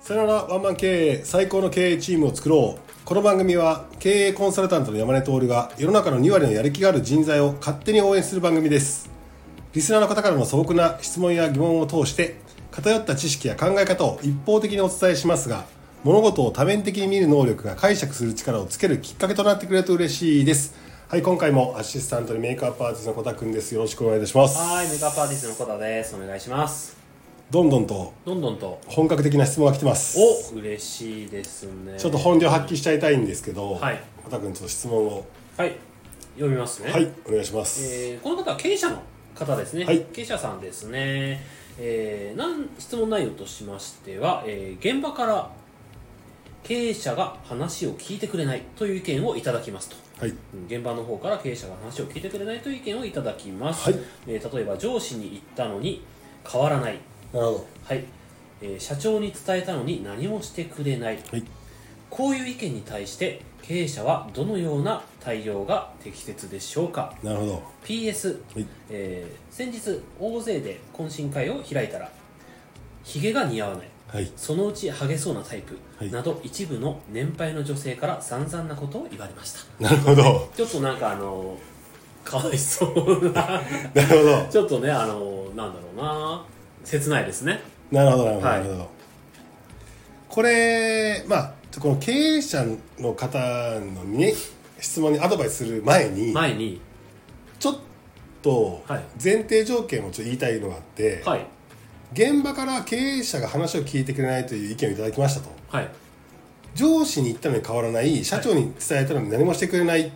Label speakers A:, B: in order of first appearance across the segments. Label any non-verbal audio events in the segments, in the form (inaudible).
A: さよならワンマン経営最高の経営チームを作ろうこの番組は経営コンサルタントの山根徹が世の中の2割のやる気がある人材を勝手に応援する番組ですリスナーの方からの素朴な質問や疑問を通して偏った知識や考え方を一方的にお伝えしますが物事を多面的に見る能力が解釈する力をつけるきっかけとなってくれると嬉しいですはい今回もアシスタントにメイクアップアーティストの小田君ですよろしくお願いいたします
B: はい、メイクアップアーティストのコタです。お願いします。
A: どんどんと
B: どんどんと。
A: 本格的な質問が来てます
B: お嬉しいですね。
A: ちょっと本領発揮しちゃいたいんですけど、
B: はい
A: 小田君ちょっと質問を
B: はい、読みますね。
A: はいお願いします、
B: えーこの方は経営者の方ですね。
A: はい
B: 経営者さんですね。えーなん質問内容としましては、えー現場から経営者が話を聞いてくれないという意見をいただきますと。
A: はい
B: 現場の方から経営者が話を聞いてくれないという意見をいただきます、
A: はい
B: えー例えば上司に言ったのに変わらない
A: なるほど
B: はい、えー社長に伝えたのに何もしてくれない
A: はい
B: こういう意見に対して経営者はどのような対応が適切でしょうか
A: なるほど
B: PS、
A: はい
B: えー先日大勢で懇親会を開いたらヒゲが似合わない
A: はい
B: そのうちハゲそうなタイプ
A: はい
B: など一部の年配の女性から散々なことを言われました
A: なるほど
B: ちょっとなんかあのかわいそうな
A: なるほど
B: ちょっとねあのなんだろうな切ないですね
A: なるほどなるほど、
B: はい
A: なるほどこれまあちょこの経営者の方のに質問にアドバイスする前に
B: 前に
A: ちょっと
B: はい
A: 前提条件をちょっと言いたいのがあって、
B: はい
A: 現場から経営者が話を聞いてくれないという意見をいただきましたと
B: はい
A: 上司に言ったのに変わらない社長に伝えたのに何もしてくれないっ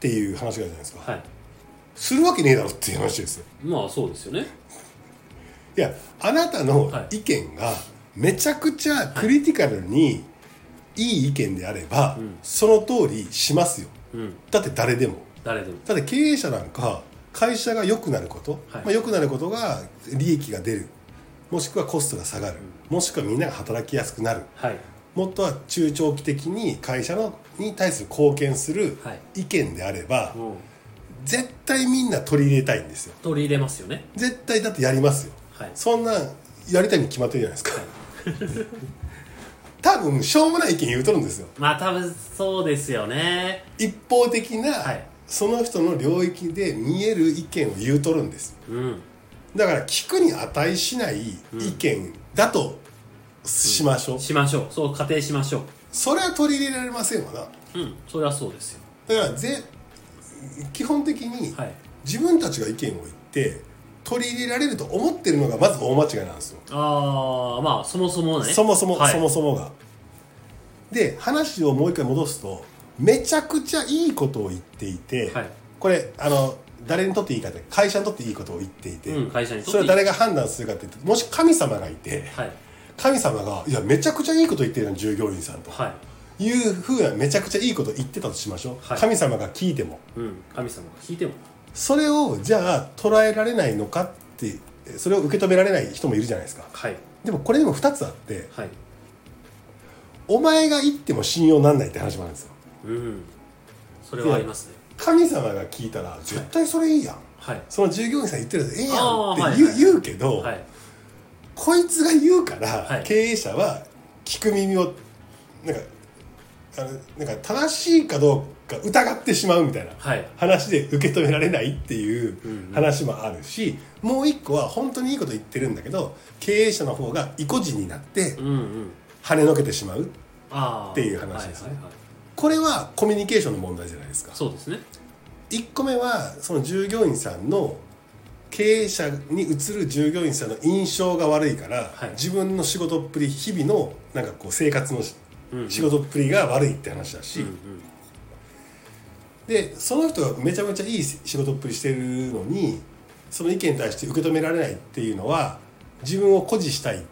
A: ていう話があるじゃないですか、
B: はい
A: するわけねえだろっていう話ですよ
B: まあそうですよね
A: いやあなたの
B: はい
A: 意見がめちゃくちゃクリティカルにいい意見であれば、
B: うん
A: その通りしますよ
B: うん
A: だって誰でも
B: 誰でも
A: だって経営者なんか会社が良くなること、
B: は
A: ま
B: い
A: あ、良くなることが利益が出るもしくはコストが下がる、もしくはみんなが働きやすくなる
B: はい
A: もっとは中長期的に会社のに対する貢献する
B: はい
A: 意見であれば、
B: もう
A: 絶対みんな取り入れたいんですよ
B: 取り入れますよね
A: 絶対だってやりますよ
B: はい
A: そんなんやりたいに決まってるじゃないですか (laughs) 多分しょうもない意見言うとるんですよ
B: まあ多分そうですよね
A: 一方的な、
B: はい
A: その人の領域で見える意見を言うとるんです
B: うん
A: だから聞くに値しない意見だとしましょう、
B: しましょうそう仮定しましょ
A: それは取り入れられませんわな
B: ううんそれはそうですよ
A: だからぜ基本的に
B: はい
A: 自分たちが意見を言って取り入れられると思ってるのがまず大間違いなんですよ
B: ああまあそもそもね
A: そもそも、
B: はい
A: そもそもがで話をもう一回戻すとめちゃくちゃいいことを言っていて、
B: はい
A: これあの誰にとっていいかって会社にとっていいことを言っていて、
B: うん会社にとっていい
A: それは誰が判断するかって言ってもし神様がいて
B: はい
A: 神様が「いやめちゃくちゃいいこと言ってるの従業員さん」と
B: は
A: いうふうなめちゃくちゃいいこと言ってたとしましょう、
B: はい
A: 神様が聞いても
B: いうん神様が聞いても
A: それをじゃあ捉えられないのかってそれを受け止められない人もいるじゃないですか
B: はい
A: でもこれにも2つあって
B: はい
A: お前が言っても信用なんないって話もあるんですよ
B: うんそれはありますね
A: 神様が聞いたら絶対それいいやん
B: はい
A: その従業員さん言ってるやつええやん
B: あ
A: っ
B: ーは
A: て言
B: い
A: う,、
B: はい
A: 言うけど、
B: はい
A: こいつが言うから、
B: はい
A: 経営者は聞く耳をなんかあのなんか正しいかどうか疑ってしまうみたいな
B: はい
A: 話で受け止められないってい
B: んう
A: うん話もあるし、もう一個は本当にいいこと言ってるんだけど経営者の方が意固地になって
B: うんうん
A: 跳ねのけてしまう
B: ああ
A: っていう話ですね
B: はいはいはい
A: これはコミュニケーションの問題じゃないですか。
B: そうですね
A: 1個目はその従業員さんの経営者に移る従業員さんの印象が悪いから、
B: はい
A: 自分の仕事っぷり日々のなんかこう生活のし
B: うんうん
A: 仕事っぷりが悪いって話だし、
B: うんうん
A: でその人がめちゃめちゃいい仕事っぷりしてるのにその意見に対して受け止められないっていうのは自分を誇示したいっ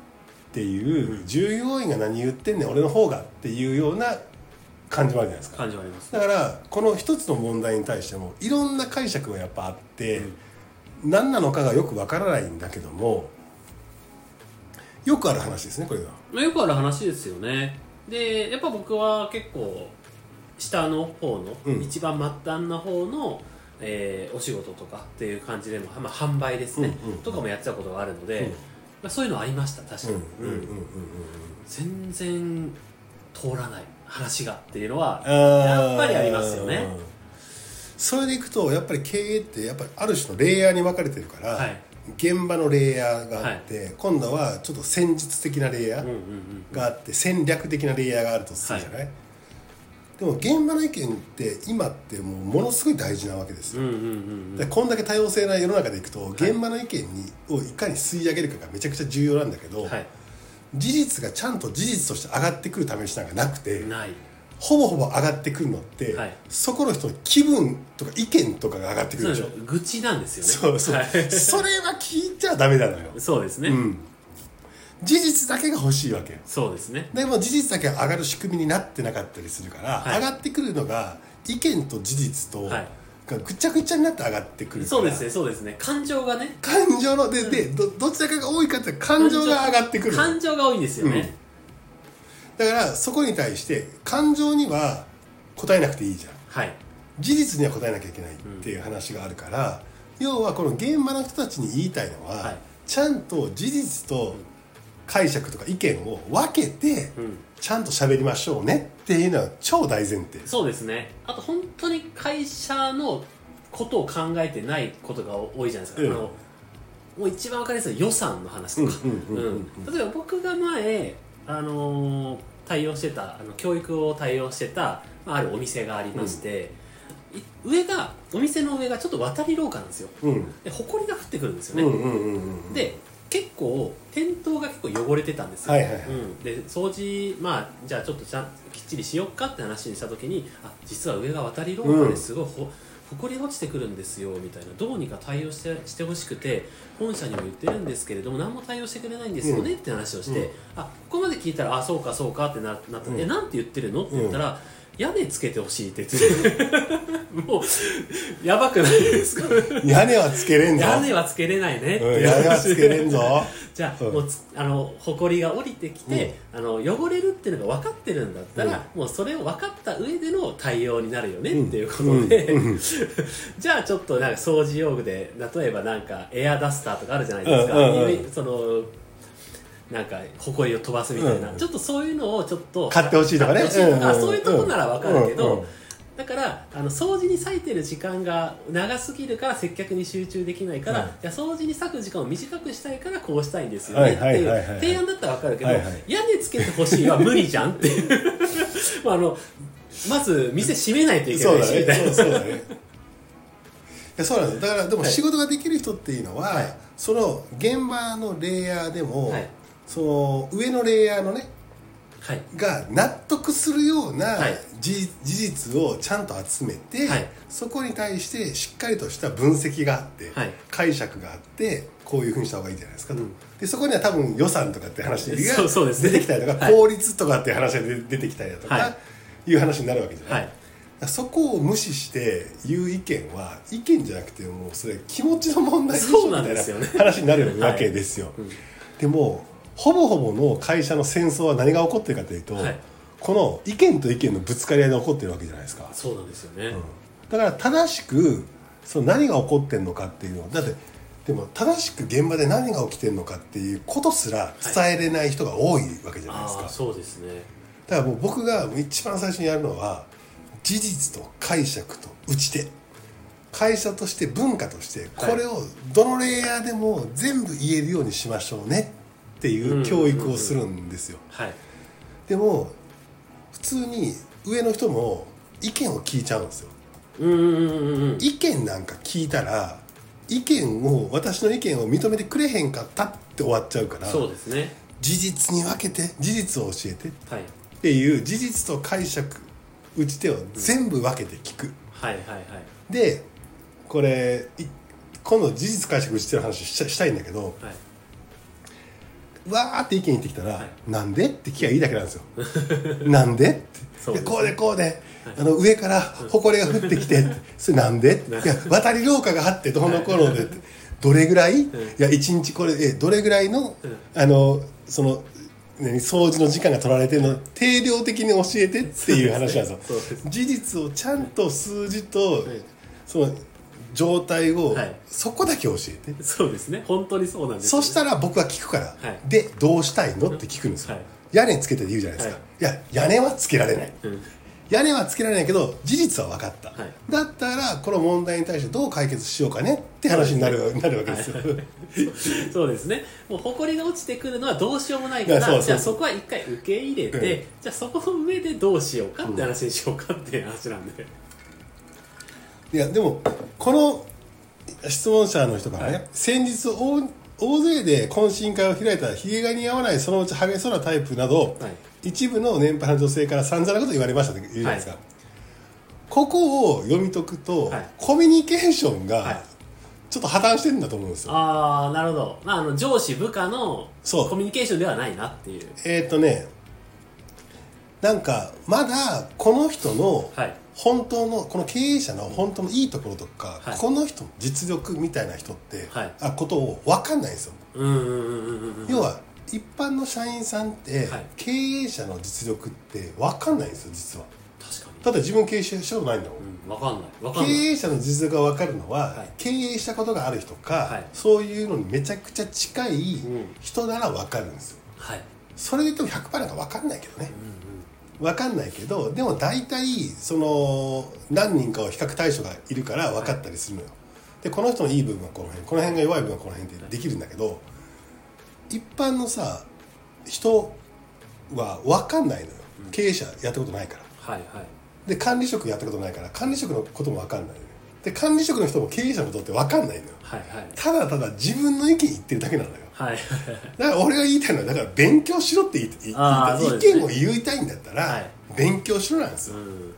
A: ていう、従業員が何言ってんねん俺の方がっていうような感じもあるじゃないですか。
B: 感じはあります
A: だからこの一つの問題に対してもいろんな解釈がやっぱあって、何なのかがよくわからないんだけどもよくある話ですねこれは。
B: まあ、よくある話ですよねでやっぱ僕は結構下の方の、
A: うん
B: 一番末端の方の、えーお仕事とかっていう感じでも、まあ、販売ですね、
A: うんうん
B: とかもやってたことがあるので、
A: うん
B: あ、そういうのありました確かに、
A: うんうんうんうんうん
B: 全然通らない話がっていうのは
A: や
B: やっぱりありますよね
A: それでいくとやっぱり経営ってやっぱりある種のレイヤーに分かれてるから、
B: はい
A: 現場のレイヤーがあって、今度はちょっと戦術的なレイヤ
B: うんうん
A: ー
B: うん
A: があって、戦略的なレイヤーがあるとするじゃない、でも現場の意見って今ってもうものすごい大事なわけですよ
B: うんうんうんうん
A: でこんだけ多様性な世の中でいくと現場の意見にをいかに吸い上げるかがめちゃくちゃ重要なんだけど、
B: はい
A: 事実がちゃんと事実として上がってくるためしなんかなくて
B: ない
A: ほぼほぼ上がってくるのって、
B: はい
A: そこの人の気分とか意見とかが上がってく
B: そう
A: る
B: で
A: ですしょ
B: よ愚痴なんですよね
A: そうそう、
B: は
A: それは聞いちゃダメなのよ
B: い、そうですね、
A: うん、事実だけが欲しいわけよ
B: そうですね
A: でも事実だけが上がる仕組みになってなかったりするから、
B: はい
A: 上がってくるのが意見と事実と
B: はい
A: がぐちゃぐちゃになって上がってくるから、
B: そうですねそうですね感情がね
A: 感情のででどどちらかが多いかって感情が上がってくる
B: 感情が多いんですよね、
A: だからそこに対して感情には答えなくていいじゃん
B: はい
A: 事実には答えなきゃいけないっていう話があるから、要はこの現場の人たちに言いたいのは、
B: はい
A: ちゃんと事実と解釈とか意見を分けて、
B: うん
A: ちゃんと喋りましょうねっていうのは超大前提
B: そうですねあと本当に会社のことを考えてないことが多いじゃないですか、
A: うん
B: あのもう一番わかりやすいのは予算の話とか
A: うんうんうんうん
B: うん例えば僕が前、あのー対応してたあの教育を対応してた、まあ、あるお店がありまして、い上がお店の上がちょっと渡り廊下なんですよ
A: うん
B: で埃が降ってくるんですよ
A: う
B: ね、
A: んうんうんうん
B: で結構店頭が結構汚れてたんですよ、
A: はいはいはい
B: うん、で掃除まあじゃあちょっとちゃんきっちりしよっかって話にした時にあ実は上が渡り廊下ですごいほ、ほこりが落ちてくるんですよみたいなどうにか対応してしてほしくて本社にも言ってるんですけれども何も対応してくれないんですよねって話をして、
A: うん
B: あここまで聞いたらあそうかそうかってななった、
A: うん
B: えなんて言ってるのって言ったら、屋根つけてほしいって言って (laughs) もうやばくないですか
A: 屋根はつけれんぞ
B: 屋根はつけれないねって
A: うん
B: いう
A: 屋根はつけれんぞ
B: (laughs) じゃあ、
A: うん
B: もうつあの埃が降りてきて、あの汚れるっていうのが分かってるんだったら、もうそれを分かった上での対応になるよねっていうことで、 (laughs)
A: うんう
B: じゃあちょっとなんか掃除用具で例えばなんかエアダスターとかあるじゃないですか、
A: うんうんうん
B: そのなんか埃を飛ばすみたいな、
A: うん
B: ちょっとそういうのをちょっと
A: 買ってほしいとかね
B: 買ってほしいとか
A: うんうんうん
B: そういうとこなら分かるけど、
A: うんうん
B: だからあの掃除に割いてる時間が長すぎるから接客に集中できないから、
A: うん
B: いや掃除に割く時間を短くしたいからこうしたいんですよ
A: は
B: ね
A: い
B: って
A: はい
B: い
A: はいはいう
B: 提案だったら分かるけど、
A: はいはい
B: 屋根つけてほしいは無理じゃんっていう (laughs) まああのまず店閉めないといけ
A: そ
B: な
A: う
B: い
A: だ
B: し
A: ね
B: みたいな。
A: そうそうだねいやそうなんですだからでも
B: はい
A: 仕事ができる人っていうのは、その現場のレイヤーでも、
B: はい
A: その上のレイヤーのね
B: はい
A: が納得するような
B: はい
A: 事事実をちゃんと集めて、
B: はい
A: そこに対してしっかりとした分析があって、
B: はい
A: 解釈があってこういうふうにした方がいいんじゃないですかと、
B: うん
A: でそこには多分予算とかって話が
B: そうそうですね
A: 出てきたりとか、
B: はい
A: 効率とかっていう話が出出てきたりだとか、、
B: はい
A: う話になるわけじゃない、
B: はい
A: そこを無視して言う意見は意見じゃなくてもうそれ気持ちの問題でしょ
B: そう
A: み
B: なん
A: たい
B: ですよね
A: な話になるわけですよ。でもほぼほぼの会社の戦争は何が起こってるかというと、
B: はい
A: この意見と意見のぶつかり合いが起こってるわけじゃないですか。
B: そうなんですよね、
A: だから正しくその何が起こってるのかっていうのをだってでも正しく現場で何が起きてるのかっていうことすら伝えれない人が多いわけじゃないですか。
B: ああそうですね
A: だからもう僕が一番最初にやるのは事実と解釈と打ち手会社として文化として
B: はい
A: これをどのレイヤーでも全部言えるようにしましょうねっていう教育をするんですよ
B: はい
A: でも普通に上の人も意見を聞いちゃうんですよ
B: うんうんうんうん
A: 意見なんか聞いたら意見を私の意見を認めてくれへんかったって終わっちゃうから
B: そう
A: 事
B: ですね
A: 実に分けて事実を教えて
B: はい
A: っていう事実と解釈打ち手を全部分けて聞く、
B: はいはいはい
A: でこれい今度事実解釈打ち手の話したしたいんだけど
B: はいう
A: わーって意見言ってきたら「
B: はい
A: なんで?」って聞きゃいいだけなんですよ (laughs) 「なんで?」って
B: そう
A: い
B: で
A: や
B: す
A: こうでこうで、あの上から埃が降ってきて」ってそれなんで?」っていや渡り廊下があってどうのこうので」ってどれぐらい、いや一日これえどれぐらいの、
B: うん
A: あのその何掃除の時間が取られてるの定量的に教えてっていう話なんですよ
B: そうですねそうです
A: 事実をちゃんと数字と、
B: はい
A: その状態を、
B: はい
A: そこだけ教えて
B: そうですね本当にそうなんですよ
A: そ
B: ね、
A: したら僕は聞くから、
B: はい
A: でどうしたいのって聞くんですよ、
B: はい
A: 屋根つけて言うじゃないですか、、
B: はい
A: や屋根はつけられない
B: うん
A: 屋根はつけられないけど事実は分かった、
B: はい
A: だったらこの問題に対してどう解決しようかねって話になる,、なるわけですよ、
B: (laughs) そうですねもう埃が落ちてくるのはどうしようもないか
A: いやそう
B: ら
A: そう
B: じゃあそこは一回受け入れ
A: う
B: て、
A: ん
B: じゃあそこの上でどうしようかって話にしようかっていう話なんで、
A: いやでもこの質問者の人からね、
B: はい
A: 先日大大勢で懇親会を開いたひげが似合わないそのうち激しそうなタイプなど、
B: はい
A: 一部の年配の女性から散々なこと言われましたって言うじゃないですか、
B: はい
A: ここを読み解くと、
B: はい
A: コミュニケーション
B: はい
A: がちょっと破綻してるんだと思うんですよ、
B: ああなるほど、まあ、あの上司部下の
A: そう
B: コミュニケーションではないなっていう
A: えーっ、とねなんかまだこの人の
B: はい
A: 本当のこの経営者の本当のいいところとか、
B: はい
A: この人の実力みたいな人って、
B: はい
A: あことを分かんないんですよ、
B: うんうんうんうんうん
A: 要は一般の社員さんって、
B: はい
A: 経営者の実力って分かんないんですよ実は
B: 確かに
A: だって自分経営者したことないんだもん、
B: うん、わかんないわかん
A: 経
B: ない
A: 営者の実力が分かるのは、
B: はい
A: 経営したことがある人か、
B: はい
A: そういうのにめちゃくちゃ近い
B: うん
A: 人なら分かるんですよ
B: はい
A: それで言っても100%なんか分かんないけどね、分かんないけどでも大体その何人かを比較対象がいるから分かったりするのよ、でこの人のいい部分はこの辺この辺が弱い部分はこの辺ってできるんだけど一般のさ人は分かんないのよ経営者やったことないから
B: はいはい
A: で管理職やったことないから管理職のことも分かんないのよで管理職の人も経営者のことって分かんないのよ
B: はいはい
A: ただただ自分の意見言ってるだけなのよ
B: はい
A: だから俺が言いたいのはだから勉強しろって言い言いた
B: あ
A: い
B: ーそうです
A: 意
B: ね
A: 見を言いたいんだったら、
B: はい
A: 勉強しろなんです
B: う
A: よ、
B: ん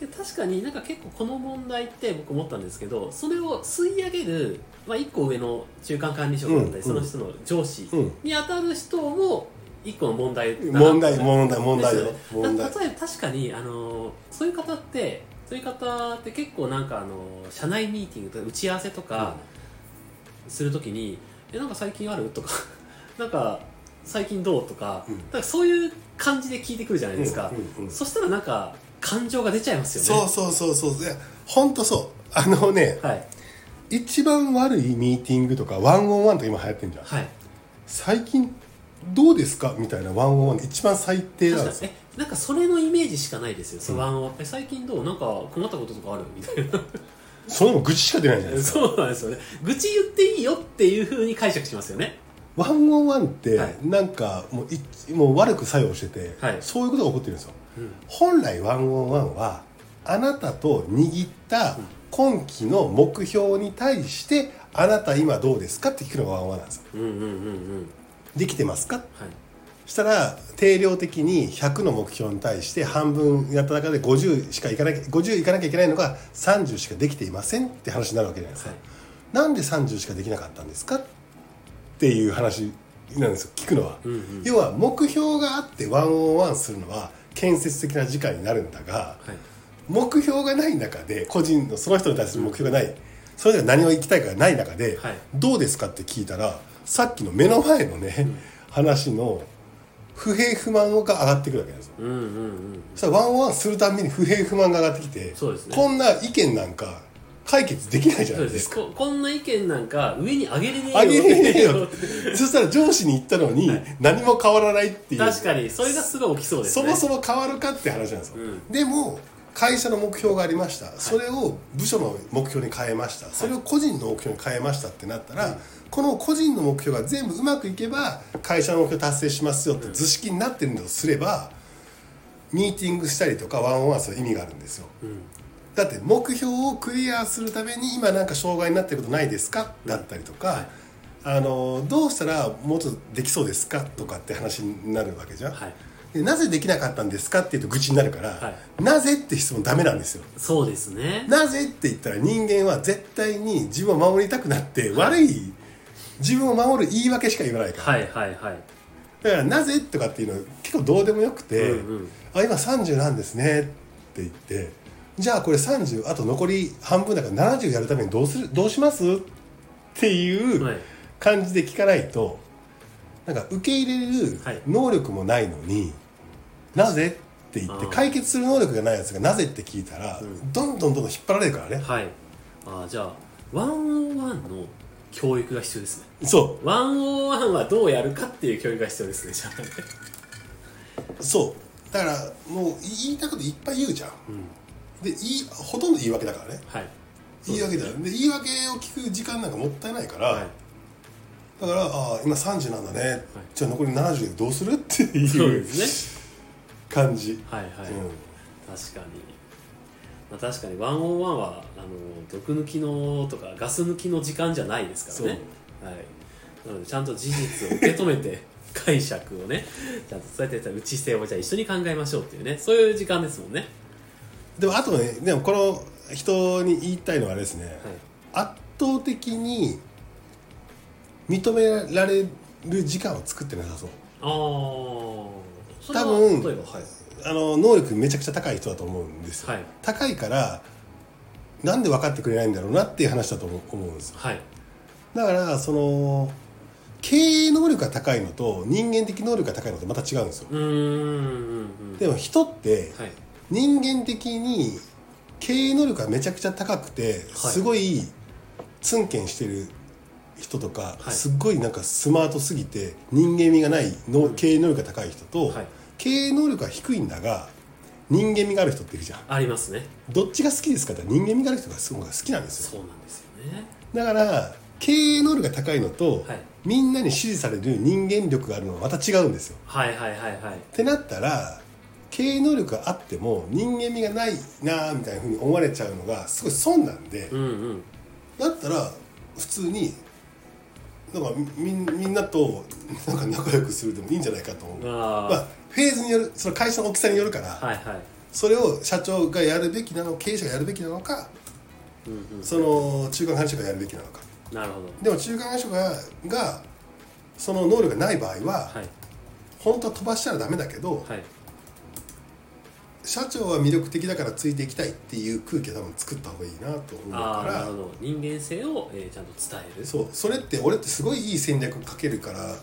B: けど確かになんか結構この問題って僕思ったんですけどそれを吸い上げる、まあ、1個上の中間管理職だったり、
A: うん
B: その人の上司
A: うん
B: に当たる人も1個の問題だな
A: 問題問題問題
B: です
A: よ
B: よね
A: 問題
B: だ例えば確かに、あのーそういう方ってそういう方って結構なんか、あのー社内ミーティングとか打ち合わせとかするときに、えなんか最近あるとか (laughs) なんか最近どうとか,、
A: うん
B: だからそういう感じで聞いてくるじゃないですか、
A: うんうんうん
B: そしたらなんか感情が出ちゃいますよ
A: そ
B: ね
A: うそうそうそういや本当そうあのね
B: はい
A: 一番悪いミーティングとかワンオンワンとか今流行ってんじゃん
B: はい
A: 最近どうですかみたいなワンオンワン一番最低なんで
B: 確か
A: す
B: に
A: よ
B: えなんかそれのイメージしかないですよ、そううんワンオンえ最近どうなんか困ったこととかあるみたいな
A: それも愚痴しか出ないじゃないですか
B: そうなんですよね愚痴言っていいよっていうふうに解釈しますよね
A: ワンオンワンって
B: はい
A: なんかもういもう悪く作用してて、
B: はい
A: そういうことが起こってるんですよ
B: うん
A: 本来ワンオンワンはあなたと握った今期の目標に対してあなた今どうですかって聞くのがワンオンワンなんですよ
B: うんうんうんうん
A: できてますか
B: はい
A: したら定量的に100の目標に対して半分やった中で50しかいかなきゃ50いかなきゃいけないのが30しかできていませんって話になるわけじゃないですか、
B: はい
A: なんで30しかできなかったんですかっていう話なんですよ聞くのは、
B: うんうん
A: 要は目標があってワンオンワンするのは建設的な時間になるんだが
B: はい
A: 目標がない中で個人のその人に対する目標がない、それぞれ何を行きたいかがない中で、
B: はい
A: どうですかって聞いたらさっきの目の前のね、話の不平不満が上がってくるわけなんですよ
B: うんうんうん
A: そしたらワンオンワンするたんびに不平不満が上がってきて
B: そうですね
A: こんな意見なんか解決できないじゃな
B: そう
A: い
B: で
A: です
B: す
A: か。
B: ここんな意見なんか上に上げれねえよ
A: あげれねえよそしたら上司に言ったのに何も変わらないっていう
B: 確かにそれがすごい起きそうです
A: そ
B: ね
A: もそも変わるかって話なんですよ、
B: ん
A: でも会社の目標がありました、それを部署の目標に変えました、それを個人の目標に変えましたってなったら、この個人の目標が全部うまくいけば会社の目標達成しますよって図式になってるんだとすればミーティングしたりとかワンオンワンする意味があるんですよ、だって目標をクリアするために今なんか障害になってることないですかだったりとか、あのどうしたらもっとできそうですかとかって話になるわけじゃん、
B: はい
A: でなぜできなかったんですかって言うと愚痴になるから、
B: は
A: なぜって質問ダメなんですよ
B: そうですね
A: なぜって言ったら人間は絶対に自分を守りたくなって悪い自分を守る言い訳しか言わないから、
B: はいはいはい
A: だからなぜとかっていうの結構どうでもよくて、
B: うんうん
A: あ今30なんですねって言ってじゃあこれ30あと残り半分だから70やるためにどうするどうしますっていう
B: はい
A: 感じで聞かないとなんか受け入れる
B: はい
A: 能力もないのに、なぜって言って
B: あー
A: 解決する能力がないやつがなぜって聞いたら、どんどんどんどん引っ張られるからね
B: はいあーじゃあ101の教育が必要ですね
A: そ
B: 101はどうやるかっていう教育が必要ですねじゃあね
A: うそうだからもう言いたいこといっぱい言うじゃん、で言いほとんど言い訳だからね
B: はい
A: 言い訳だよで言い訳を聞く時間なんかもったいないから、
B: はい
A: だからあー今30なんだね、
B: はい
A: じゃあ残り70でどうするって
B: そう
A: い
B: で
A: う
B: す
A: 感じ
B: はいはい、
A: うん
B: 確かに、まあ、確かに101はあの毒抜きのとかガス抜きの時間じゃないですからねはいなのでちゃんと事実を受け止めて (laughs) 解釈をねちゃんと伝えてた打ち性をじゃあ一緒に考えましょうっていうねそういう時間ですもんね
A: でもあとねでもこの人に言いたいのはあれですね、
B: はい
A: 圧倒的に認められる時間を作ってなさそう
B: ああ多
A: 多分
B: 例えばはい
A: あの能力めちゃくちゃ高い人だと思うんですよ、
B: はい
A: 高いからなんで分かってくれないんだろうなっていう話だと思思うんですよ
B: はい
A: だからその経営能力が高いのと人間的能力が高いのとまた違うんですよ
B: うーんうんうん
A: でも人って
B: はい
A: 人間的に経営能力がめちゃくちゃ高くてすごいツンケンしてる人とか、
B: はい
A: すっごいなんかスマートすぎて人間味がないの経営能力が高い人と、
B: はい
A: 経営能力が低いんだが人間味がある人っているじゃん
B: ありますね
A: どっちが好きですかって人間味がある人がすごく好きなんですよ
B: そうなんですよね
A: だから経営能力が高いのと、
B: はい
A: みんなに支持される人間力があるのはまた違うんですよ
B: はいはいはいはい
A: ってなったら経営能力があっても人間味がないなーみたいなふうに思われちゃうのがすごい損なんで、
B: うんうん
A: だったら普通になんかみみんなとなんか仲良くするでもいいんじゃないかと思う
B: あー
A: まあ、フェーズによるその会社の大きさによるから、
B: はいはい
A: それを社長がやるべきなの経営者がやるべきなのか、その中間管理職がやるべきなのか
B: なるほど
A: でも中間管理職ががその能力がない場合は、
B: はい
A: 本当は飛ばしちゃダメだけど、
B: はい
A: 社長は魅力的だからついていきたいっていう空気を多分作った方がいいなと思う
B: ああ
A: か
B: なる
A: ら
B: ほど人間性を、えーちゃんと伝える
A: そうそれって俺ってすごいいい戦略かけるから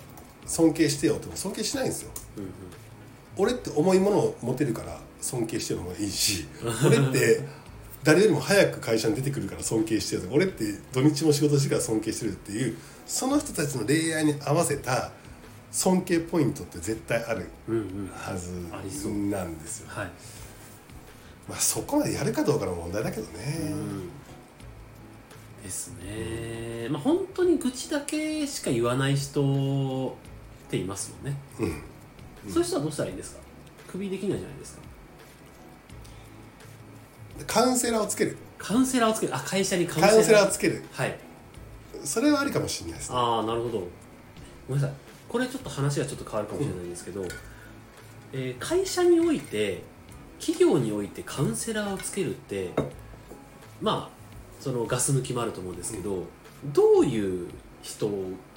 A: 尊敬してよっても尊敬しないんですよ
B: うんうん
A: 俺って重いものを持てるから尊敬してるのがいいし俺って誰よりも早く会社に出てくるから尊敬してるとか俺って土日も仕事してるから尊敬してるっていうその人たちの恋愛に合わせた尊敬ポイントって絶対ある
B: うんうん
A: はず
B: ありそう
A: なんですよ、
B: はい
A: まあ、そこまでやるかどうかの問題だけどね、
B: うんですねまあ本当に愚痴だけしか言わない人っていますもんね
A: うん
B: そういう人はどうしたらいいんですかクビできないじゃないですか
A: カウンセラーをつける
B: カウンセラーをつけるあ会社にカウンセラ
A: カ
B: ー
A: ウンセラーをつける
B: はい
A: それはありかもしれないですね
B: ああなるほどごめんなさいこれちょっと話がちょっと変わるかもしれないんですけど、えー会社において企業においてカウンセラーをつけるってまあそのガス抜きもあると思うんですけど、どういう人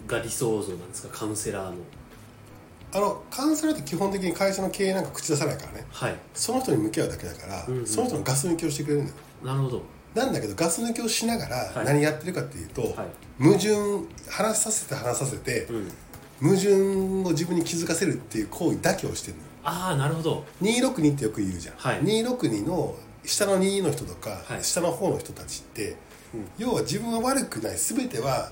B: が理想像なんですかカウンセラーの
A: あのカウンセラーって基本的に会社の経営なんか口出さないからね
B: はい
A: その人に向き合うだけだから、
B: うんうん
A: その人のガス抜きをしてくれるんだよ
B: なるほど
A: なんだけどガス抜きをしながら
B: い
A: 何やってるかっていうと、
B: はい
A: 矛盾話させて話させて、
B: うん
A: 矛盾を自分に気づかせるっていう行為だけをしてるのよ
B: ああなるほど
A: 262ってよく言うじゃん、
B: はい
A: 262の下の2の人とか、
B: はい
A: 下の方の人たちって、要は自分は悪くない全ては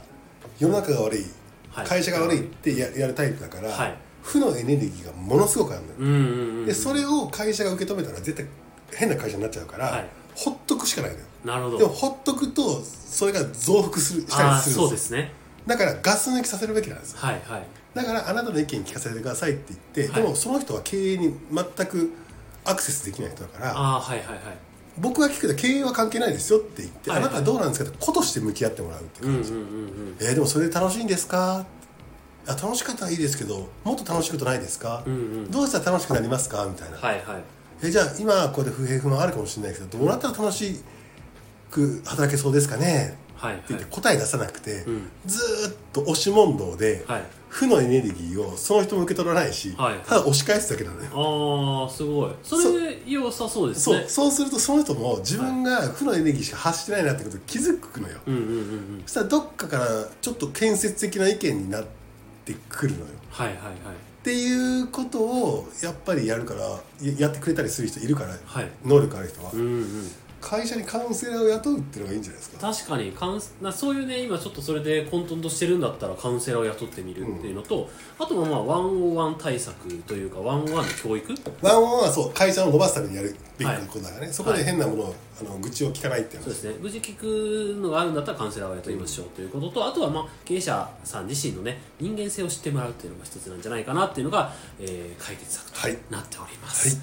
A: 世の中が悪い、
B: はい
A: 会社が悪いってややるタイプだから、
B: はい
A: 負のエネルギーがものすごくあるのよ、
B: うんうんうん
A: でそれを会社が受け止めたら絶対変な会社になっちゃうから、
B: はい
A: ほっとくしかないのよ
B: なるほ
A: でも
B: ど
A: ほっとくとそれが増幅するしたり
B: ああ
A: するん
B: そうですね
A: だからガス抜きさせるべきなんですよ
B: はいはい
A: だからあなたの意見聞かせてくださいって言って、
B: はい
A: でもその人は経営に全くアクセスできない人だから
B: ああはいはいはい
A: 僕が聞くと経営は関係ないですよって言って、
B: はいは
A: あ
B: い
A: なたはどうなんですかって子として向き合ってもらうっていう
B: う
A: 感
B: んうん
A: じ、
B: うんうん
A: えーでもそれで楽しいんですかあ楽しかったらいいですけどもっと楽しくことないですか、
B: んうん
A: どうしたら楽しくなりますかみたいな、
B: はいはい
A: えーじゃあ今こうやって不平不満あるかもしれないけどどうなったら楽しく働けそうですかね
B: はい
A: って言って答え出さなくて、
B: ん
A: ずーっと押し問答で、
B: はい
A: 負のエネルギーをその人も受け取らないし、
B: はい
A: ただ押し返すだけなのよ、
B: ああすごいそれ良さそうです
A: そう
B: ね
A: そうするとその人も自分が負のエネルギーしか発してないなってことに気づくのよ、
B: うんうんうんうん
A: そしたらどっかからちょっと建設的な意見になってくるのよ
B: はいはいはい
A: っていうことをやっぱりやるからややってくれたりする人いるから、
B: はい
A: 能力ある人は、
B: うんうん
A: 会社にカウンセラーを雇うっていうのがいいんじゃないですか
B: 確かにカウンセなそういうね今ちょっとそれで混沌としてるんだったらカウンセラーを雇ってみるっていうのと、あとはまあワンオワン対策というかワンオワンの教育そう
A: ワンオンはそう会社を伸ばすためにやるべき
B: はい
A: ことだからね、そこで変なものをあの愚痴を聞かないっていう
B: ですね無事聞くのがあるんだったらカウンセラーを雇いましょうということと、あとはまあ経営者さん自身のね人間性を知ってもらうっていうのが一つなんじゃないかなっていうのが、えー解決策と
A: はい
B: なっております、はい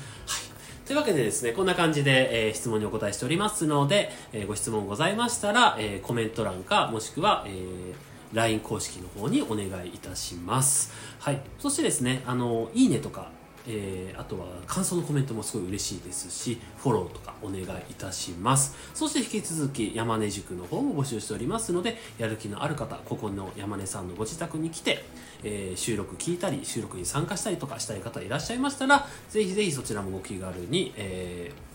B: というわけでですねこんな感じで、えー質問にお答えしておりますので、えーご質問ございましたら、えーコメント欄かもしくは、えー LINE 公式の方にお願いいたします、はい、そしてですねあのいいねとか、えーあとは感想のコメントもすごい嬉しいですしフォローとかお願いいたしますそして引き続き山根塾の方も募集しておりますのでやる気のある方ここの山根さんのご自宅に来て、えー収録聞いたり収録に参加したりとかしたい方いらっしゃいましたらぜひぜひそちらもご気軽に、えー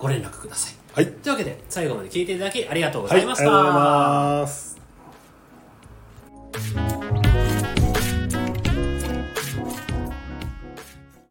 B: ご連絡ください
A: はい、
B: というわけで最後まで聞いていただきありがとうご
A: は
B: ざ
A: い、あ
B: い
A: り
B: ま
A: が
B: し
A: と
B: た、
A: うございます